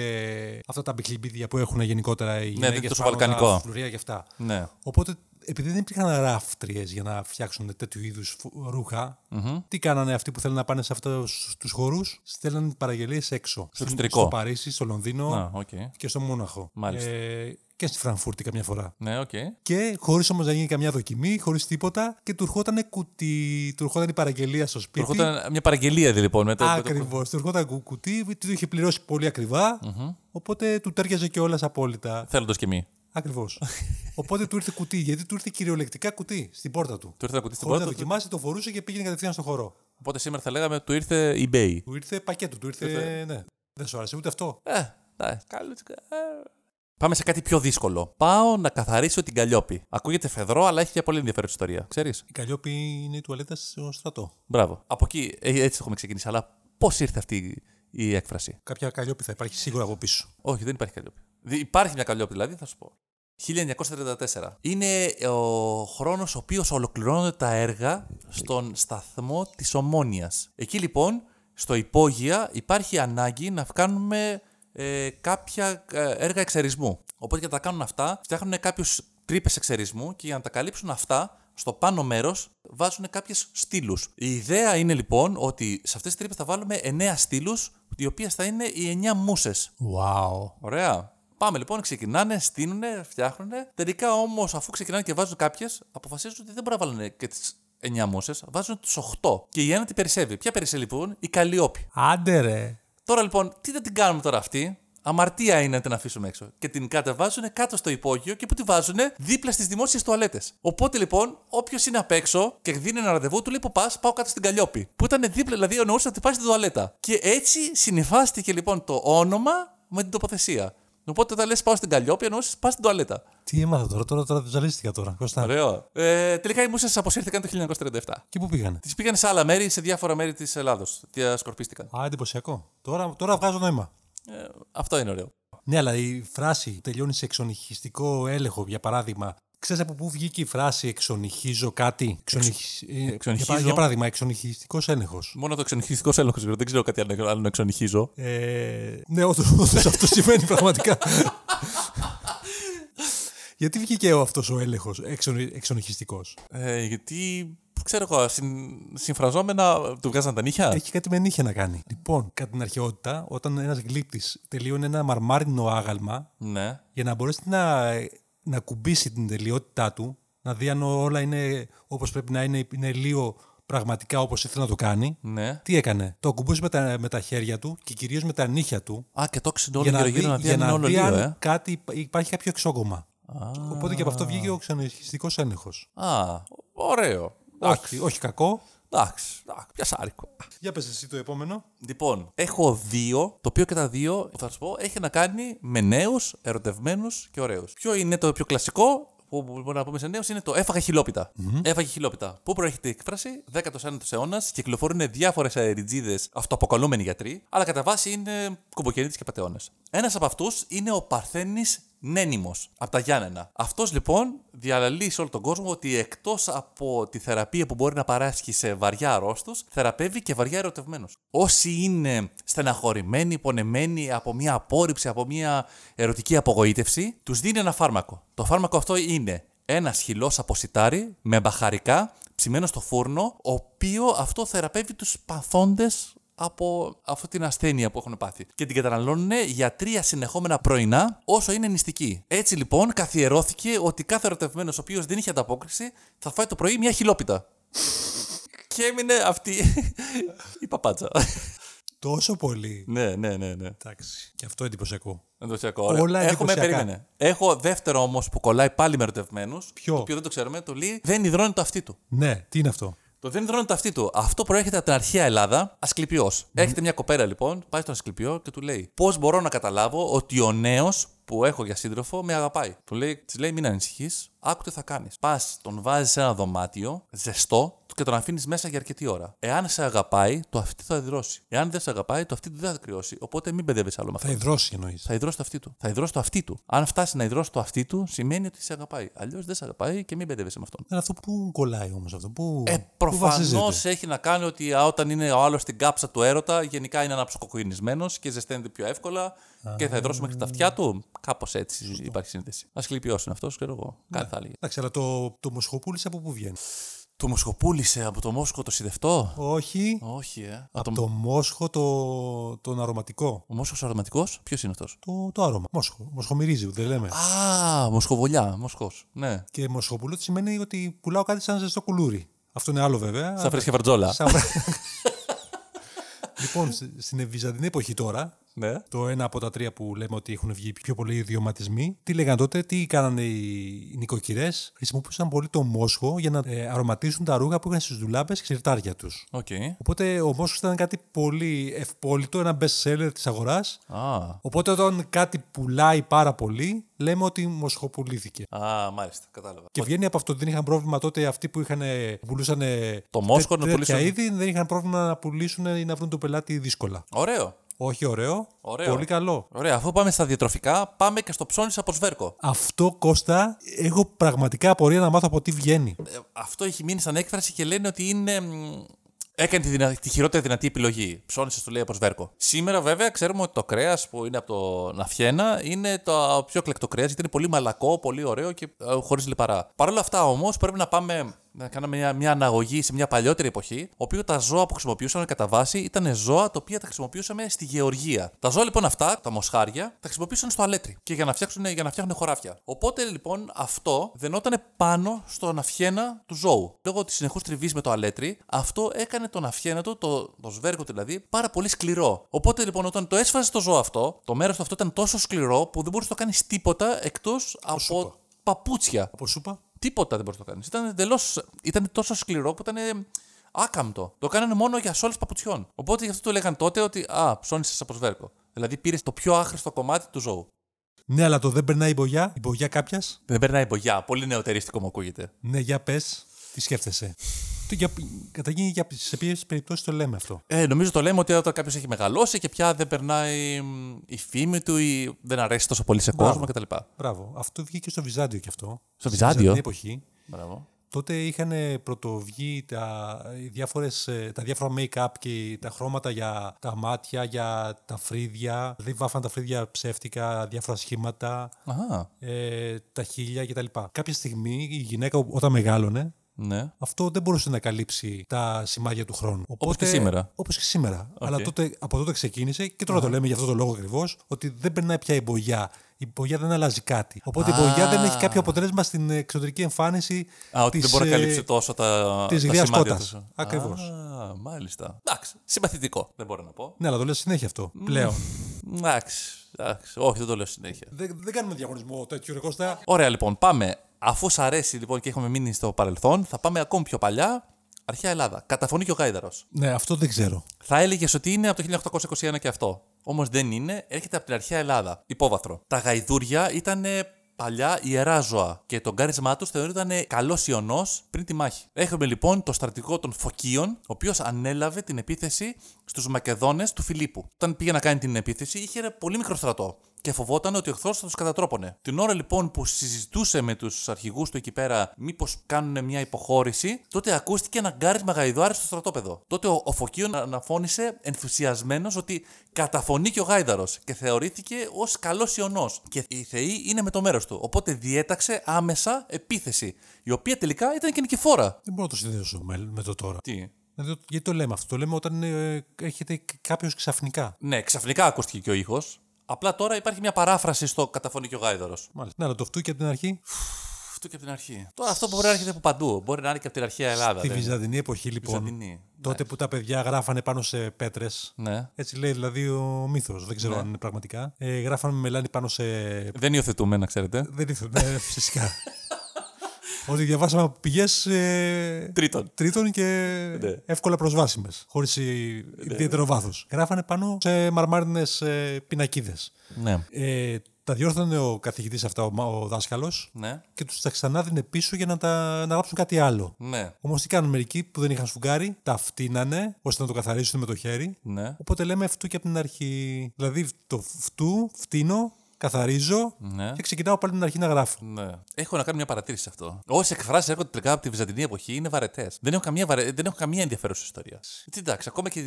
[SPEAKER 2] αυτά τα μπιχλιμπίδια που έχουν γενικότερα οι
[SPEAKER 1] Ναι, δεν
[SPEAKER 2] γυναίκες.
[SPEAKER 1] είναι τόσο βαλκανικό.
[SPEAKER 2] Φλουρία και αυτά.
[SPEAKER 1] Ναι.
[SPEAKER 2] Οπότε, επειδή δεν υπήρχαν ράφτριες για να φτιάξουν τέτοιου είδους ρουχα τι κάνανε αυτοί που θέλουν να πάνε σε αυτού του χώρους, στέλνανε παραγγελίες έξω. Στο,
[SPEAKER 1] εξωτερικό.
[SPEAKER 2] Στο Παρίσι, στο Λονδίνο
[SPEAKER 1] Α, οκ.
[SPEAKER 2] και στο Μόναχο.
[SPEAKER 1] Μάλιστα.
[SPEAKER 2] Ε, και στη Φραγκφούρτη καμιά φορά.
[SPEAKER 1] Ναι, οκ.
[SPEAKER 2] Και χωρίς όμως να γίνει καμιά δοκιμή, χωρίς τίποτα, και του ερχόταν κουτί, του ερχόταν η παραγγελία στο σπίτι.
[SPEAKER 1] Ερχόταν μια παραγγελία δηλαδή, λοιπόν. με το- με το-
[SPEAKER 2] Ακριβώ. Του ερχόταν κου- κουτί, του είχε πληρώσει πολύ ακριβά, Οπότε του τέριαζε κιόλα απόλυτα.
[SPEAKER 1] Θέλοντα και μη.
[SPEAKER 2] Ακριβώς. οπότε του ήρθε κουτί, γιατί του ήρθε κυριολεκτικά κουτί στην πόρτα του.
[SPEAKER 1] Του ήρθε ένα κουτί στην
[SPEAKER 2] Χωρίς
[SPEAKER 1] πόρτα
[SPEAKER 2] να
[SPEAKER 1] του.
[SPEAKER 2] δοκιμάσει, το φορούσε και πήγαινε κατευθείαν στο χώρο.
[SPEAKER 1] Οπότε σήμερα θα λέγαμε του ήρθε eBay.
[SPEAKER 2] Του ήρθε πακέτο, του ήρθε. Ναι. Δεν σου άρεσε ούτε αυτό.
[SPEAKER 1] Ε, ναι, καλό. ε. Πάμε σε κάτι πιο δύσκολο. Πάω να καθαρίσω την Καλλιόπη. Ακούγεται φεδρό, αλλά έχει και πολύ ενδιαφέρουσα ιστορία. Ξέρεις.
[SPEAKER 2] Η Καλλιόπη είναι η τουαλέτα στο στρατό.
[SPEAKER 1] Μπράβο. Από εκεί ε, έτσι έχουμε ξεκινήσει. Αλλά πώς ήρθε αυτή η έκφραση.
[SPEAKER 2] Κάποια Καλλιόπη θα υπάρχει σίγουρα από πίσω.
[SPEAKER 1] Όχι, δεν υπάρχει Καλλιόπη. Δη- Υπάρχει μια Καλλιόπη δηλαδή, θα σου πω. 1934. Είναι ε, ο χρόνος ο οποίος ολοκληρώνονται τα έργα στον σταθμό της Ομόνιας. Εκεί λοιπόν, στο υπόγεια, υπάρχει ανάγκη να κάνουμε ε, κάποια ε, έργα εξαιρισμού. Οπότε για να τα κάνουν αυτά, φτιάχνουν κάποιους τρύπες εξαιρισμού και για να τα καλύψουν αυτά, στο πάνω μέρος βάζουν κάποιες στήλους. Η ιδέα είναι λοιπόν ότι σε αυτές τις τρύπες θα βάλουμε 9 στήλους, οι οποίες θα είναι οι 9 μουσες.
[SPEAKER 2] Wow.
[SPEAKER 1] Ωραία. Πάμε λοιπόν, ξεκινάνε, στείνουνε, φτιάχνουν. Τελικά όμως, αφού ξεκινάνε και βάζουν κάποιες, αποφασίζουν ότι δεν μπορεί να βάλουν και τις 9 μουσε, βάζουν τι 8. Και η ένα την περισσεύει. Ποια περισσεύει λοιπόν, η Καλλιόπη.
[SPEAKER 2] Άντε ρε.
[SPEAKER 1] Τώρα λοιπόν, τι δεν την κάνουμε τώρα αυτή. Αμαρτία είναι να την αφήσουμε έξω. Και την κατεβάζουν κάτω στο υπόγειο και που τη βάζουν δίπλα στις δημόσιες τουαλέτες. Οπότε λοιπόν, όποιος είναι απ' έξω και δίνει ένα ραντεβού, του λέει που πας, πάω κάτω στην Καλλιόπη. Που ήταν δίπλα, δηλαδή εννοούσε ότι πάει στην τουαλέτα. Και έτσι συνυφάστηκε λοιπόν το όνομα με την τοποθεσία. Οπότε όταν λες πάω στην Καλλιόπη, εννοούσες πας στην τουαλέτα.
[SPEAKER 2] Τι έμαθα τώρα, τώρα, τώρα ζαλίστηκα τώρα. Κώστα.
[SPEAKER 1] Ωραίο. Ε, τελικά οι μουσε αποσύρθηκαν το 1937.
[SPEAKER 2] Και πού πήγανε.
[SPEAKER 1] Τις πήγαν σε άλλα μέρη, σε διάφορα μέρη της Ελλάδος. Διασκορπίστηκαν.
[SPEAKER 2] Α, εντυπωσιακό. Τώρα, τώρα βγάζω νόημα.
[SPEAKER 1] Ε, αυτό είναι ωραίο.
[SPEAKER 2] Ναι, αλλά η φράση τελειώνει σε εξονυχιστικό έλεγχο, για παράδειγμα. Ξέρεις από πού βγήκε η φράση εξονυχίζω κάτι. Εξονυχ- ε,
[SPEAKER 1] εξονυχίζω.
[SPEAKER 2] Για, πα- για παράδειγμα, εξονυχιστικός έλεγχος.
[SPEAKER 1] Μόνο το εξονυχιστικός έλεγχος ξέρω. Δεν ξέρω κάτι άλλο, άλλο να εξονυχίζω.
[SPEAKER 2] Ε, ναι, όντως αυτό σημαίνει πραγματικά. Γιατί βγήκε αυτός ο έλεγχος εξονυχιστικός.
[SPEAKER 1] Ε, γιατί ξέρω εγώ, συν, συμφραζόμενα του βγάζαν τα νύχια.
[SPEAKER 2] Έχει κάτι με νύχια να κάνει. Λοιπόν, κατά την αρχαιότητα, όταν ένας γλύπτη τελείωνε ένα μαρμάρινο άγαλμα,
[SPEAKER 1] Ναι.
[SPEAKER 2] για να μπορέσει να, να κουμπίσει την τελειότητά του, να δει αν όλα είναι όπως πρέπει να είναι, είναι λίγο πραγματικά όπως ήθελε να το κάνει.
[SPEAKER 1] Ναι.
[SPEAKER 2] Τι έκανε. Το ακουμπούσε με τα, με τα χέρια του και κυρίως με τα νύχια του.
[SPEAKER 1] Α, και το ξύνω όλο γύρω γύρω να δει
[SPEAKER 2] για
[SPEAKER 1] αν είναι
[SPEAKER 2] να
[SPEAKER 1] όλο
[SPEAKER 2] δει
[SPEAKER 1] λίγο,
[SPEAKER 2] αν
[SPEAKER 1] ε.
[SPEAKER 2] κάτι, υπά- υπάρχει κάποιο εξόγκωμα. Οπότε και από αυτό βγήκε ο ξενοδοχιστικό έλεγχο.
[SPEAKER 1] Α, ωραίο.
[SPEAKER 2] Όχι, όχι κακό.
[SPEAKER 1] Εντάξει, εντάξει, πιασάρικο.
[SPEAKER 2] Για πες εσύ το επόμενο.
[SPEAKER 1] Λοιπόν, έχω δύο, το οποίο και τα δύο, θα σου πω, έχει να κάνει με νέους, ερωτευμένους και ωραίους. Ποιο είναι το πιο κλασικό που μπορούμε να πούμε σε νέους είναι το έφαγα χιλόπιτα. Έφαγε χιλόπιτα. Πού προέρχεται η έκφραση, 19ο αιώνα, κυκλοφορούν διάφορες αεριτζίδες αυτοαποκαλούμενοι γιατροί, αλλά κατά βάση είναι κομποκαιρίτες και πατεώνες. Ένας από αυτούς είναι ο Παρθένης νένιμος από τα Γιάννενα. Αυτός λοιπόν διαλαλεί σε όλο τον κόσμο ότι εκτός από τη θεραπεία που μπορεί να παράσχει σε βαριά αρρώστου, θεραπεύει και βαριά ερωτευμένους. Όσοι είναι στεναχωρημένοι, πονεμένοι από μια απόρριψη, από μια ερωτική απογοήτευση, τους δίνει ένα φάρμακο. Το φάρμακο αυτό είναι ένα χυλό από σιτάρι με μπαχαρικά ψημένο στο φούρνο, ο οποίο αυτό θεραπεύει τους παθόντες από αυτή την ασθένεια που έχουν πάθει. Και την καταναλώνουν για τρία συνεχόμενα πρωινά όσο είναι νηστική. Έτσι λοιπόν καθιερώθηκε ότι κάθε ερωτευμένος ο οποίος δεν είχε ανταπόκριση θα φάει το πρωί μια χιλόπιτα. Και έμεινε αυτή η παπάτσα.
[SPEAKER 2] Τόσο πολύ.
[SPEAKER 1] ναι, ναι, ναι, ναι.
[SPEAKER 2] Εντάξει. Και αυτό εντυπωσιακό.
[SPEAKER 1] Εντυπωσιακό.
[SPEAKER 2] Όλα
[SPEAKER 1] ωραία. Έχουμε,
[SPEAKER 2] εντυπωσιακά.
[SPEAKER 1] περίμενε. Έχω δεύτερο όμως που κολλάει πάλι με ερωτευμένους.
[SPEAKER 2] Ποιο?
[SPEAKER 1] Το οποίο δεν το ξέρουμε. Το λέει δεν υδρώνει το αυτί του.
[SPEAKER 2] Ναι, τι είναι αυτό.
[SPEAKER 1] Το δεν υδρώνει το αυτί του. Αυτό προέρχεται από την αρχαία Ελλάδα. Ασκληπιός. Έρχεται μια κοπέλα λοιπόν, πάει στον Ασκληπιό και του λέει: Πώς μπορώ να καταλάβω ότι ο νέος που έχω για σύντροφο με αγαπάει. Του λέει, της λέει μην ανησυχείς, άκου τι θα κάνεις. Πας, τον βάζεις σε ένα δωμάτιο, ζεστό, και τον αφήνεις μέσα για αρκετή ώρα. Εάν σε αγαπάει, το αυτί θα υδρώσει. Εάν δεν σε αγαπάει, το αυτί δεν θα κρυώσει. Οπότε μην μπερδεύεις άλλο με αυτό.
[SPEAKER 2] Θα υδρώσει εννοείς.
[SPEAKER 1] Θα υδρώσει το αυτί του. Θα υδρώσει το αυτί του. Αν φτάσει να υδρώσει το αυτί του, σημαίνει ότι σε αγαπάει. Αλλιώς δεν σε αγαπάει και μην μπερδεύεσαι με αυτόν.
[SPEAKER 2] Αλλά αυτό που κολλάει όμως αυτό. Που,
[SPEAKER 1] Ε,
[SPEAKER 2] που
[SPEAKER 1] Προφανώς
[SPEAKER 2] βασίζεται.
[SPEAKER 1] έχει να κάνει ότι α, όταν είναι ο άλλος στην κάψα του έρωτα, γενικά είναι αναψοκοκκινισμένο και ζεσταίνεται πιο εύκολα και θα υδρώσει μέχρι τα αυτιά του. Κάπως έτσι υπάρχει σύνδεση. Ας κλείπει είναι αυτός, ξέρω εγώ.
[SPEAKER 2] Ναι.
[SPEAKER 1] Κάτι θα έλεγε.
[SPEAKER 2] Εντάξει, αλλά το, το Μοσχοπούλης από πού βγαίνει.
[SPEAKER 1] Το μοσχοπούλησε από το Μόσχο το σιδευτό.
[SPEAKER 2] Όχι.
[SPEAKER 1] Όχι, ε.
[SPEAKER 2] από το Μόσχο το, τον αρωματικό.
[SPEAKER 1] Ο Μόσχος αρωματικός, ποιος είναι αυτός.
[SPEAKER 2] Το, το άρωμα. Μόσχο. Μοσχομυρίζει, δεν λέμε.
[SPEAKER 1] Α, Μοσχοβολιά, Μοσχό. Ναι.
[SPEAKER 2] Και Μοσχοπούλη σημαίνει ότι πουλάω κάτι σαν ζεστό κουλούρι. Αυτό είναι άλλο βέβαια.
[SPEAKER 1] Σαν φρέσκια βαρτζόλα.
[SPEAKER 2] Σαν- λοιπόν, σ- στην Βυζαντινή εποχή τώρα,
[SPEAKER 1] Ναι.
[SPEAKER 2] το ένα από τα τρία που λέμε ότι έχουν βγει πιο πολλοί ιδιωματισμοί. Τι λέγανε τότε, τι κάνανε οι νοικοκυρές. Χρησιμοποιούσαν πολύ το μόσχο για να ε, αρωματίσουν τα ρούχα που είχαν στις δουλάπε και σιρτάρια τους.
[SPEAKER 1] Οκ.
[SPEAKER 2] Οπότε ο μόσχος ήταν κάτι πολύ ευπόλυτο, ένα best seller της αγοράς.
[SPEAKER 1] Α.
[SPEAKER 2] Οπότε όταν κάτι πουλάει πάρα πολύ, λέμε ότι μοσχοπουλήθηκε.
[SPEAKER 1] Α, μάλιστα, κατάλαβα.
[SPEAKER 2] Και βγαίνει από αυτό ότι δεν είχαν πρόβλημα τότε αυτοί που είχαν, που πουλούσαν ε,
[SPEAKER 1] Το μόσχο να
[SPEAKER 2] τέτοια
[SPEAKER 1] πουλήσουν.
[SPEAKER 2] είδη, δεν είχαν πρόβλημα να πουλήσουν ή να βρουν τον πελάτη δύσκολα.
[SPEAKER 1] Ωραίο.
[SPEAKER 2] Όχι ωραίο,
[SPEAKER 1] Ωραίο.
[SPEAKER 2] πολύ καλό.
[SPEAKER 1] Ωραία, αφού πάμε στα διατροφικά, πάμε και στο ψώνι από σβέρκο.
[SPEAKER 2] Αυτό Κώστα, έχω πραγματικά απορία να μάθω από τι βγαίνει.
[SPEAKER 1] Ε, αυτό έχει μείνει σαν έκφραση και λένε ότι είναι. μ, Έκανε τη, δυνα- τη χειρότερη δυνατή επιλογή. Ψώνισες, του λέει από σβέρκο. Σήμερα, βέβαια, ξέρουμε ότι το κρέας που είναι από τον Αφιένα είναι το πιο κλεκτό κρέας γιατί είναι πολύ μαλακό, πολύ ωραίο και χωρίς λιπαρά. Παρ' όλα αυτά, όμως, πρέπει να πάμε να κάνουμε μια, μια αναγωγή σε μια παλιότερη εποχή, όπου τα ζώα που χρησιμοποιούσαμε κατά βάση ήταν ζώα τα οποία τα χρησιμοποιούσαμε στη γεωργία. Τα ζώα λοιπόν αυτά, τα μοσχάρια, τα χρησιμοποιούσαν στο αλέτρι και για να, φτιάξουν, για να φτιάχνουν χωράφια. Οπότε λοιπόν αυτό δενόταν πάνω στον αυχένα του ζώου. Λόγω τη συνεχού τριβή με το αλέτρι, αυτό έκανε τον αυχένα του, το, το σβέρκο του δηλαδή, πάρα πολύ σκληρό. Οπότε λοιπόν όταν το έσφαζε το ζώο αυτό, το μέρος του αυτό ήταν τόσο σκληρό που δεν μπορούσε να το κάνεις τίποτα εκτός από.
[SPEAKER 2] σούπα.
[SPEAKER 1] Παπούτσια.
[SPEAKER 2] Από σούπα.
[SPEAKER 1] Τίποτα δεν μπορούσε να το κάνεις. Ήταν εντελώς- Ήταν τόσο σκληρό που ήταν ε, άκαμπτο. Το κάνανε μόνο για σόλες παπουτσιών. Οπότε γι' αυτό το λέγανε τότε ότι Α, ψώνισε από σβέρκο. Δηλαδή πήρες το πιο άχρηστο κομμάτι του ζώου.
[SPEAKER 2] Ναι, αλλά το δεν περνάει η μπογιά. Η μπογιά κάποιας.
[SPEAKER 1] Δεν περνάει μπογιά. Πολύ νεοτερίστικο μου ακούγεται.
[SPEAKER 2] Ναι, για πες, τι σκέφτεσαι. Το για, κατά γίνει για, σε ποιες περιπτώσεις το λέμε αυτό.
[SPEAKER 1] Ε, νομίζω το λέμε ότι όταν κάποιος έχει μεγαλώσει και πια δεν περνάει μ, η φήμη του ή δεν αρέσει τόσο πολύ σε κόσμο κτλ.
[SPEAKER 2] Μπράβο. Αυτό βγήκε στο Βυζάντιο κι αυτό. Στη
[SPEAKER 1] Βυζάντιο?
[SPEAKER 2] Βυζαντινή εποχή.
[SPEAKER 1] Μπράβο. τότε
[SPEAKER 2] Τότε είχαν πρωτοβγεί τα, οι διάφορες, ε, τα διάφορα make-up και τα χρώματα για τα μάτια, για τα φρύδια. Δηλαδή βάφαν τα φρύδια ψεύτικα, διάφορα σχήματα.
[SPEAKER 1] Αχα.
[SPEAKER 2] ε, τα χίλια κτλ. Κάποια στιγμή η γυναίκα ό- όταν μεγάλωνε
[SPEAKER 1] Ναι.
[SPEAKER 2] Αυτό δεν μπορούσε να καλύψει τα σημάδια του χρόνου.
[SPEAKER 1] Όπως και σήμερα.
[SPEAKER 2] Όπως και σήμερα. Αλλά τότε, από τότε ξεκίνησε και τώρα το λέμε για αυτό το λόγο ακριβώς, ότι δεν περνάει πια η μπογιά. Η μπογιά δεν αλλάζει κάτι. Οπότε η μπογιά δεν έχει κάποιο αποτέλεσμα στην εξωτερική εμφάνιση
[SPEAKER 1] Α, ότι
[SPEAKER 2] της,
[SPEAKER 1] δεν μπορεί να
[SPEAKER 2] ε,
[SPEAKER 1] καλύψει τόσο τα.
[SPEAKER 2] της
[SPEAKER 1] τα
[SPEAKER 2] γριάς
[SPEAKER 1] σημάδια
[SPEAKER 2] κότας.
[SPEAKER 1] τους.
[SPEAKER 2] Ακριβώς.
[SPEAKER 1] Α, μάλιστα. Εντάξει. Συμπαθητικό. Δεν μπορώ να πω.
[SPEAKER 2] Ναι, αλλά το λέω συνέχεια αυτό. Πλέον.
[SPEAKER 1] Εντάξει. εντάξει. Όχι, δεν το λέω συνέχεια.
[SPEAKER 2] Δεν, δεν κάνουμε διαγωνισμό τέτοιου ρε Κώστα.
[SPEAKER 1] Ωραία, λοιπόν, πάμε. Αφού σ' αρέσει λοιπόν και έχουμε μείνει στο παρελθόν, θα πάμε ακόμη πιο παλιά. Αρχαία Ελλάδα. Καταφωνεί και ο Γάιδαρος.
[SPEAKER 2] Ναι, αυτό δεν ξέρω.
[SPEAKER 1] Θα έλεγες ότι είναι από το 1821 και αυτό. Όμως δεν είναι, έρχεται από την αρχαία Ελλάδα. Υπόβαθρο. Τα γαϊδούρια ήταν παλιά ιερά ζώα και το κάρισμά του θεωρούνταν καλός ιονός πριν τη μάχη. Έχουμε λοιπόν το στρατηγό των Φωκίων, ο οποίος ανέλαβε την επίθεση στους Μακεδόνες του Φιλίππου. Όταν πήγε να κάνει την επίθεση, είχε ένα πολύ μικρό στρατό και φοβόταν ότι ο εχθρός θα τους κατατρόπωνε. Την ώρα λοιπόν που συζητούσε με τους αρχηγούς του εκεί πέρα, μήπως κάνουν μια υποχώρηση, τότε ακούστηκε ένα γκάρισμα γαϊδάρι στο στρατόπεδο. Τότε ο, ο Φωκίων αναφώνησε ενθουσιασμένος ότι καταφωνεί και ο γάιδαρος και θεωρήθηκε ως καλός ιονό. Και οι θεοί είναι με το μέρος του. Οπότε διέταξε άμεσα επίθεση, η οποία τελικά ήταν και νικηφόρα.
[SPEAKER 2] Δεν μπορώ να το συνδέσω με, με το τώρα.
[SPEAKER 1] Τι.
[SPEAKER 2] Δηλαδή, γιατί το λέμε αυτό. Το λέμε όταν ε, έρχεται κάποιος ξαφνικά.
[SPEAKER 1] Ναι, ξαφνικά ακούστηκε και ο ήχος. Απλά τώρα υπάρχει μια παράφραση στο καταφωνεί και ο γάιδαρος.
[SPEAKER 2] Μάλιστα. Ναι, αλλά το αυτού και από την αρχή.
[SPEAKER 1] Αυτό και από την αρχή. Τώρα αυτό μπορεί να έρχεται από παντού. Μπορεί να είναι και από την αρχαία Ελλάδα.
[SPEAKER 2] Στη
[SPEAKER 1] λέμε.
[SPEAKER 2] Βυζαντινή εποχή, λοιπόν.
[SPEAKER 1] Βυζαντινή.
[SPEAKER 2] Τότε που τα παιδιά γράφανε πάνω σε πέτρες.
[SPEAKER 1] Ναι.
[SPEAKER 2] Έτσι λέει δηλαδή ο μύθος. Δεν ξέρω αν είναι πραγματικά. Ε, γράφανε με μελάνι πάνω σε.
[SPEAKER 1] Δεν υιοθετούμε, να ξέρετε.
[SPEAKER 2] Δεν ήθελα. Ναι, φυσικά. Ότι διαβάσαμε από πηγές. Ε...
[SPEAKER 1] Τρίτον.
[SPEAKER 2] Τρίτον και
[SPEAKER 1] Ναι.
[SPEAKER 2] εύκολα προσβάσιμες, χωρίς ιδιαίτερο βάθος. Γράφανε πάνω σε μαρμάρινες πινακίδες.
[SPEAKER 1] Ναι.
[SPEAKER 2] Ε, τα διόρθωνε ο καθηγητής αυτά, ο, μα- ο δάσκαλος,
[SPEAKER 1] Ναι.
[SPEAKER 2] και τους τα ξανάδινε πίσω για να, τα, να γράψουν κάτι άλλο.
[SPEAKER 1] Ναι.
[SPEAKER 2] Όμως τι κάνουν μερικοί που δεν είχαν σφουγγάρι, τα φτύνανε ώστε να το καθαρίσουν με το χέρι.
[SPEAKER 1] Ναι.
[SPEAKER 2] Οπότε λέμε φτού και από την αρχή. Δηλαδή το φτού, φτύνω, καθαρίζω
[SPEAKER 1] Ναι.
[SPEAKER 2] και ξεκινάω πάλι από την αρχή να γράφω.
[SPEAKER 1] Ναι. Έχω να κάνω μια παρατήρηση σε αυτό. Όσε εκφράσει έρχονται τελικά από τη Βυζαντινή εποχή είναι βαρετές. Δεν, έχουν καμία βαρε... δεν έχουν καμία ενδιαφέρουσα ιστορία. Τι εντάξει, ακόμα και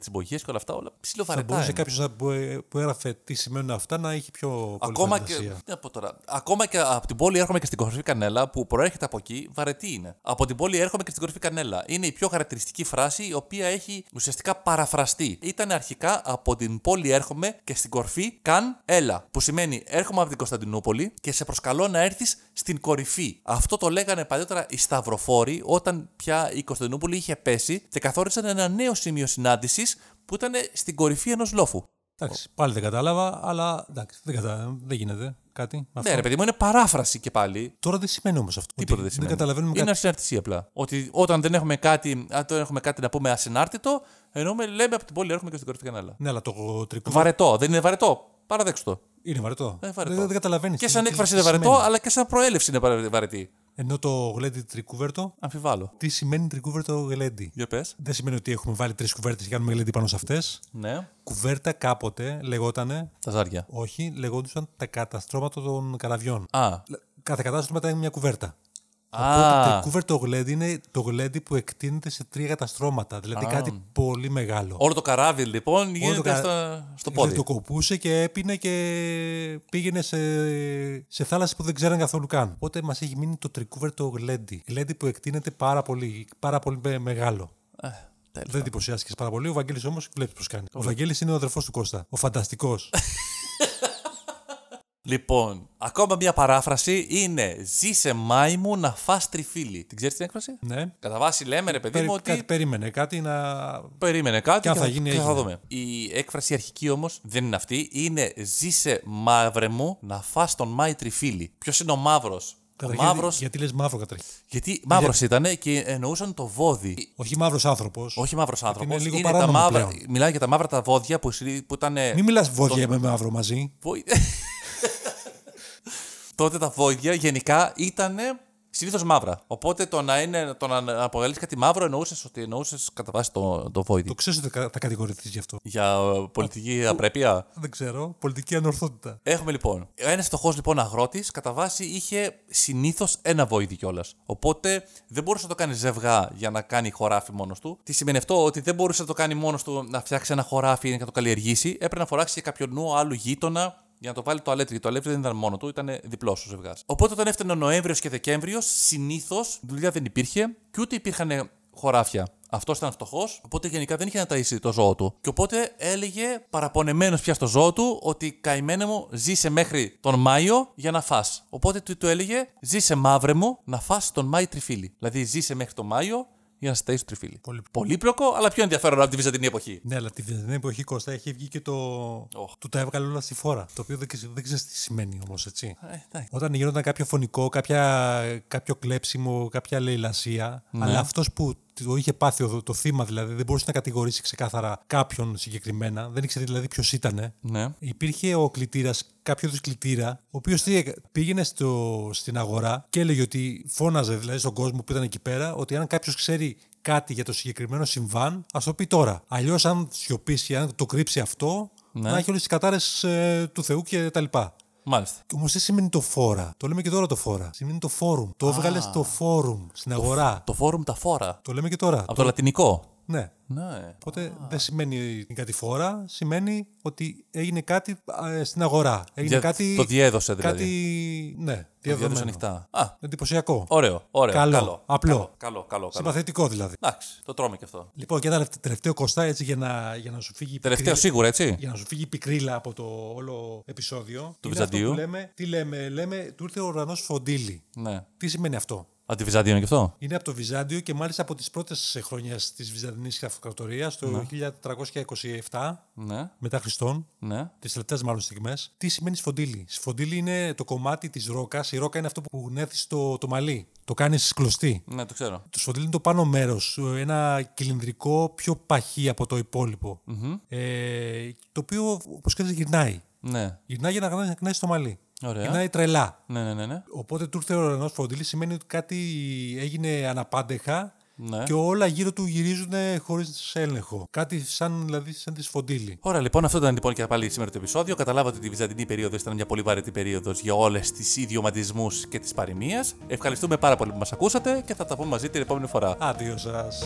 [SPEAKER 1] τι μπογιέ και όλα αυτά, όλα
[SPEAKER 2] Θα
[SPEAKER 1] ψιλοβαρετά.
[SPEAKER 2] μπορούσε
[SPEAKER 1] είναι.
[SPEAKER 2] κάποιος που έγραφε τι σημαίνουν αυτά να έχει πιο πολύ
[SPEAKER 1] Ακόμα και,
[SPEAKER 2] φαντασία.
[SPEAKER 1] τι να πω τώρα, ακόμα και από την πόλη έρχομαι και στην κορυφή Κανέλα που προέρχεται από εκεί, βαρετή είναι. Από την πόλη έρχομαι και στην κορυφή Κανέλα. Είναι η πιο χαρακτηριστική φράση η οποία έχει ουσιαστικά παραφραστεί. Ήταν αρχικά από την πόλη έρχομαι και στην κορυφή καν έλα. Που σημαίνει έρχομαι από την Κωνσταντινούπολη και σε προσκαλώ να έρθεις στην κορυφή. Αυτό το λέγανε παλιότερα οι Σταυροφόροι όταν πια η Κωνσταντινούπολη είχε πέσει και καθόρισαν ένα νέο σημείο συνάντησης που ήταν στην κορυφή ενός λόφου.
[SPEAKER 2] Εντάξει, πάλι δεν κατάλαβα, αλλά εντάξει, δεν, κατα... δεν γίνεται κάτι. με αυτό.
[SPEAKER 1] Ναι, ρε παιδί μου, είναι παράφραση και πάλι.
[SPEAKER 2] Τώρα δεν σημαίνει όμως αυτό.
[SPEAKER 1] Τίποτα δεν
[SPEAKER 2] δεν,
[SPEAKER 1] σημαίνει.
[SPEAKER 2] καταλαβαίνουμε
[SPEAKER 1] Είναι
[SPEAKER 2] κάτι.
[SPEAKER 1] ασυναρτησία απλά. Ότι όταν δεν έχουμε κάτι, αν δεν έχουμε κάτι να πούμε ασυνάρτητο, εννοούμε λέμε από την πόλη έρχομαι και στην κορυφή κανάλα.
[SPEAKER 2] Ναι, αλλά το τρικούδι
[SPEAKER 1] Βαρετό. Δεν είναι βαρετό. Παραδέξτε το.
[SPEAKER 2] είναι βαρετό.
[SPEAKER 1] Είναι Ε, βαρετό.
[SPEAKER 2] Δεν, δεν καταλαβαίνεις.
[SPEAKER 1] Και σαν έκφραση είναι βαρετό, αλλά και σαν προέλευση είναι βαρε- βαρετή.
[SPEAKER 2] Ενώ το γλέντι τρικούβερτο,
[SPEAKER 1] Αμφιβάλλω.
[SPEAKER 2] τι σημαίνει τρικούβερτο γλέντι.
[SPEAKER 1] Για πες.
[SPEAKER 2] Δεν σημαίνει ότι έχουμε βάλει τρεις κουβέρτες και κάνουμε γλέντι πάνω σε αυτές.
[SPEAKER 1] Ναι.
[SPEAKER 2] Κουβέρτα κάποτε λεγότανε,
[SPEAKER 1] Τα ζάρια.
[SPEAKER 2] όχι, λεγόντουσαν τα καταστρώματα των καραβιών.
[SPEAKER 1] Α.
[SPEAKER 2] Λε- Κάθε κατάστρωμα ήταν μια κουβέρτα. Οπότε
[SPEAKER 1] Α.
[SPEAKER 2] τρικούβερτο γλέντι είναι το γλέντι που εκτείνεται σε τρία καταστρώματα. Δηλαδή κάτι πολύ μεγάλο.
[SPEAKER 1] Όλο το καράβι λοιπόν γίνεται
[SPEAKER 2] κα-
[SPEAKER 1] στο, στο
[SPEAKER 2] Δεν
[SPEAKER 1] πόδι.
[SPEAKER 2] το κοπούσε και έπινε και πήγαινε σε, σε θάλασσα που δεν ξέραν καθόλου καν. Οπότε μας έχει μείνει το τρικούβερτο γλέντι. Γλέντι που εκτείνεται πάρα πολύ, πάρα πολύ με- μεγάλο.
[SPEAKER 1] Ε, τέλος.
[SPEAKER 2] Δεν εντυπωσιάστηκες πάρα πολύ. Ο Βαγγέλης όμως βλέπεις πώς κάνει. Ο Βαγγέλης είναι ο αδερφός του Κώστα. Ο φανταστικός.
[SPEAKER 1] Λοιπόν, ακόμα μια παράφραση είναι Ζήσε μάιμου να φας τριφύλι. Την ξέρεις την έκφραση?
[SPEAKER 2] ναι.
[SPEAKER 1] Κατά βάση λέμε ρε παιδί
[SPEAKER 2] Περι-
[SPEAKER 1] μου ότι
[SPEAKER 2] Κάτι περίμενε, κάτι να.
[SPEAKER 1] Περίμενε κάτι
[SPEAKER 2] Και αν θα γίνει,
[SPEAKER 1] και θα
[SPEAKER 2] έγινε.
[SPEAKER 1] δούμε. Η έκφραση αρχική όμως δεν είναι αυτή. Είναι ζήσε μαύρε μου να φά τον Μάη τριφύλι. Ποιος είναι ο μαύρος. Ο
[SPEAKER 2] Καταρχήν,
[SPEAKER 1] μαύρος.
[SPEAKER 2] Γιατί λες μαύρο καταρχήν.
[SPEAKER 1] Γιατί μαύρος ήταν και εννοούσαν το βόδι.
[SPEAKER 2] Όχι μαύρος άνθρωπος.
[SPEAKER 1] Όχι μαύρος άνθρωπο.
[SPEAKER 2] είναι λίγο παράνομο πλέον.
[SPEAKER 1] Μιλάνε για τα μαύρα τα βόδια που, συρί- που ήταν.
[SPEAKER 2] Μην μιλάς βόδια με μαύρο μαζί.
[SPEAKER 1] Βόη- Τότε τα βόδια γενικά ήταν συνήθως μαύρα. Οπότε το να, είναι, το να αποκαλεί κάτι μαύρο εννοούσες ότι εννοούσες κατά βάση το, το βόηδι.
[SPEAKER 2] Το ξέρω ότι θα κα- θα κατηγορηθείς γι' αυτό.
[SPEAKER 1] Για ε, πολιτική απρέπεια.
[SPEAKER 2] Δεν ξέρω. Πολιτική ανορθότητα.
[SPEAKER 1] Έχουμε λοιπόν. Ένας φτωχός λοιπόν αγρότης κατά βάση είχε συνήθως ένα βόηδι κιόλας. Οπότε δεν μπορούσε να το κάνει ζευγά για να κάνει χωράφι μόνος του. Τι σημαίνει αυτό, ότι δεν μπορούσε να το κάνει μόνος του να φτιάξει ένα χωράφι ή να το καλλιεργήσει. Έπρεπε να φοράξει και κάποιον νου άλλου γείτονα για να το βάλει το αλέτρι. Γιατί το αλέτρι δεν ήταν μόνο του, ήταν διπλός ο ζευγά. Οπότε όταν έφτανε ο Νοέμβριος και Δεκέμβριος, συνήθως δουλειά δεν υπήρχε και ούτε υπήρχαν χωράφια. Αυτός ήταν φτωχός, οπότε γενικά δεν είχε να ταΐσει το ζώο του. Και οπότε έλεγε παραπονεμένος πια στο ζώο του ότι καημένε μου ζήσε μέχρι τον Μάιο για να φά. Οπότε του, του έλεγε ζήσε μαύρε μου να φά τον Μάη τριφύλι. Δηλαδή ζήσε μέχρι τον Μάιο για να σε ταΐσει το τριφύλι.
[SPEAKER 2] Πολύπλοκο.
[SPEAKER 1] Πολύπλοκο, αλλά πιο ενδιαφέρον από τη Βυζαντινή εποχή.
[SPEAKER 2] Ναι, αλλά τη Βυζαντινή εποχή Κώστα έχει βγει και το.
[SPEAKER 1] Οχ.
[SPEAKER 2] Του τα έβγαλε όλα στη φόρα. Το οποίο δεν, ξε- δεν ξέρεις τι σημαίνει όμως, έτσι.
[SPEAKER 1] Ε, εντάξει.
[SPEAKER 2] Όταν γινόταν κάποιο φωνικό, κάποια, κάποιο κλέψιμο, κάποια λαϊλασία.
[SPEAKER 1] Ναι.
[SPEAKER 2] Αλλά αυτός που το είχε πάθει ο- το θύμα, δηλαδή δεν μπορούσε να κατηγορήσει ξεκάθαρα κάποιον συγκεκριμένα. Δεν ήξερε δηλαδή ποιος ήταν.
[SPEAKER 1] Ναι.
[SPEAKER 2] Υπήρχε ο κλητήρας, κάποιο είδους κλητήρα, ο οποίος πήγαινε στο, στην αγορά και έλεγε ότι φώναζε δηλαδή στον κόσμο που ήταν εκεί πέρα ότι αν κάποιος ξέρει κάτι για το συγκεκριμένο συμβάν, ας το πει τώρα. Αλλιώς, αν σιωπήσει, αν το κρύψει αυτό,
[SPEAKER 1] Ναι.
[SPEAKER 2] να έχει όλες τις κατάρες ε, του Θεού και τα λοιπά.
[SPEAKER 1] Μάλιστα.
[SPEAKER 2] Όμω τι σημαίνει το φόρα. Το λέμε και τώρα το φόρα. Σημαίνει το φόρουμ. Το έβγαλε στο φόρουμ στην αγορά.
[SPEAKER 1] Το φόρουμ τα φόρα.
[SPEAKER 2] Το λέμε και τώρα.
[SPEAKER 1] Από το λατινικό.
[SPEAKER 2] Ναι.
[SPEAKER 1] Ναι.
[SPEAKER 2] Οπότε δεν σημαίνει την κατηφόρα, σημαίνει ότι έγινε κάτι ε, στην αγορά. Έγινε
[SPEAKER 1] Για-
[SPEAKER 2] κάτι.
[SPEAKER 1] το διέδωσε δηλαδή.
[SPEAKER 2] Κάτι. Ναι,
[SPEAKER 1] Διαδομένο.
[SPEAKER 2] διαδεδομένο.
[SPEAKER 1] ανοιχτά. Α,
[SPEAKER 2] Εντυπωσιακό.
[SPEAKER 1] ωραίο. ωραίο
[SPEAKER 2] Καλό,
[SPEAKER 1] καλό.
[SPEAKER 2] απλό.
[SPEAKER 1] Καλό, καλό, καλό. καλό.
[SPEAKER 2] Συμπαθητικό δηλαδή.
[SPEAKER 1] Εντάξει, το τρώμε και αυτό.
[SPEAKER 2] Λοιπόν, και ένα τελευταίο κοστά έτσι για να, για να σου φύγει η
[SPEAKER 1] Τελευταίο
[SPEAKER 2] πικρή-
[SPEAKER 1] σίγουρα, έτσι.
[SPEAKER 2] για να σου φύγει η πικρίλα από το όλο επεισόδιο. Του
[SPEAKER 1] Βυζαντίου.
[SPEAKER 2] Αυτό που λέμε, τι λέμε, λέμε, του ήρθε ο ουρανός φοντίλη.
[SPEAKER 1] Ναι.
[SPEAKER 2] Τι σημαίνει αυτό.
[SPEAKER 1] Αντιβυζαντίνο και αυτό.
[SPEAKER 2] Είναι από το Βυζάντιο και μάλιστα από τις πρώτες χρονιές της Βυζαντινής αυτοκρατορίας το 1427
[SPEAKER 1] Ναι,
[SPEAKER 2] μετά Χριστόν.
[SPEAKER 1] ναι.
[SPEAKER 2] Τις τελευταίες μάλλον στιγμές. Τι σημαίνει σφοντήλι. Σφοντήλι είναι το κομμάτι της ρόκας. Η ρόκα είναι αυτό που νέθει το, το μαλλί. Το κάνεις κλωστή.
[SPEAKER 1] Ναι, το ξέρω.
[SPEAKER 2] Το σφοντήλι είναι το πάνω μέρος. Ένα κυλινδρικό πιο παχύ από το υπολοιπο Ε, το οποίο, όπως ξέρεις, γυρνάει.
[SPEAKER 1] Ναι.
[SPEAKER 2] Γυρνάει για να γυρνάει- να γυρνάει στο μαλλί.
[SPEAKER 1] Ωραία.
[SPEAKER 2] Γυρνάει τρελά.
[SPEAKER 1] Ναι, ναι, ναι. ναι.
[SPEAKER 2] Οπότε του ήρθε ο ουρανό φροντίλη σημαίνει ότι κάτι έγινε αναπάντεχα
[SPEAKER 1] Ναι.
[SPEAKER 2] και όλα γύρω του γυρίζουν χωρίς έλεγχο. Κάτι σαν, δηλαδή, σαν της σφοντήλη.
[SPEAKER 1] Ωραία, λοιπόν, αυτό ήταν λοιπόν και πάλι σήμερα το επεισόδιο. Καταλάβατε ότι η Βυζαντινή περίοδος ήταν μια πολύ βαρετή περίοδος για όλες τις ιδιωματισμούς και τις παροιμίες. Ευχαριστούμε πάρα πολύ που μας ακούσατε και θα τα πούμε μαζί την επόμενη φορά.
[SPEAKER 2] Άδειο σας.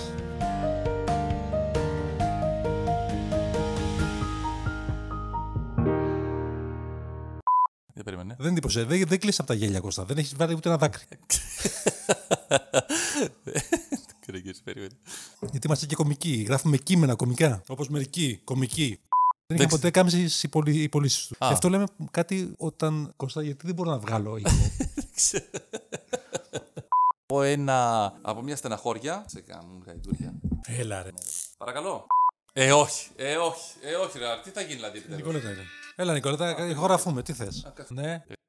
[SPEAKER 1] Δεν περίμενε.
[SPEAKER 2] Δεν εντύπωσε. Δεν, δεν κλείσει από τα γέλια, Κώστα. Δεν έχεις βάλει ούτε ένα δάκρυ.
[SPEAKER 1] Κρυγκές, περίμενε.
[SPEAKER 2] Γιατί είμαστε και κομικοί. Γράφουμε κείμενα κομικά. Όπως μερικοί κομικοί. Δεν είχα
[SPEAKER 1] ξε-
[SPEAKER 2] ποτέ κάμψει οι πωλήσει τους.
[SPEAKER 1] Α.
[SPEAKER 2] Γι' αυτό λέμε κάτι όταν. Κώστα, γιατί δεν μπορώ να βγάλω ήχο.
[SPEAKER 1] Από, ένα, από μια στεναχώρια. Σε κάνουν γαϊδούρια.
[SPEAKER 2] Έλα, ρε.
[SPEAKER 1] Παρακαλώ. Ε, όχι, ε, όχι, ε, όχι, ρε. Τι θα γίνει δηλαδή επιτέλους.
[SPEAKER 2] Νικολέτα, ρε. Έλα, Νικολέτα, ηχογραφούμε. Τι θες. Ναι.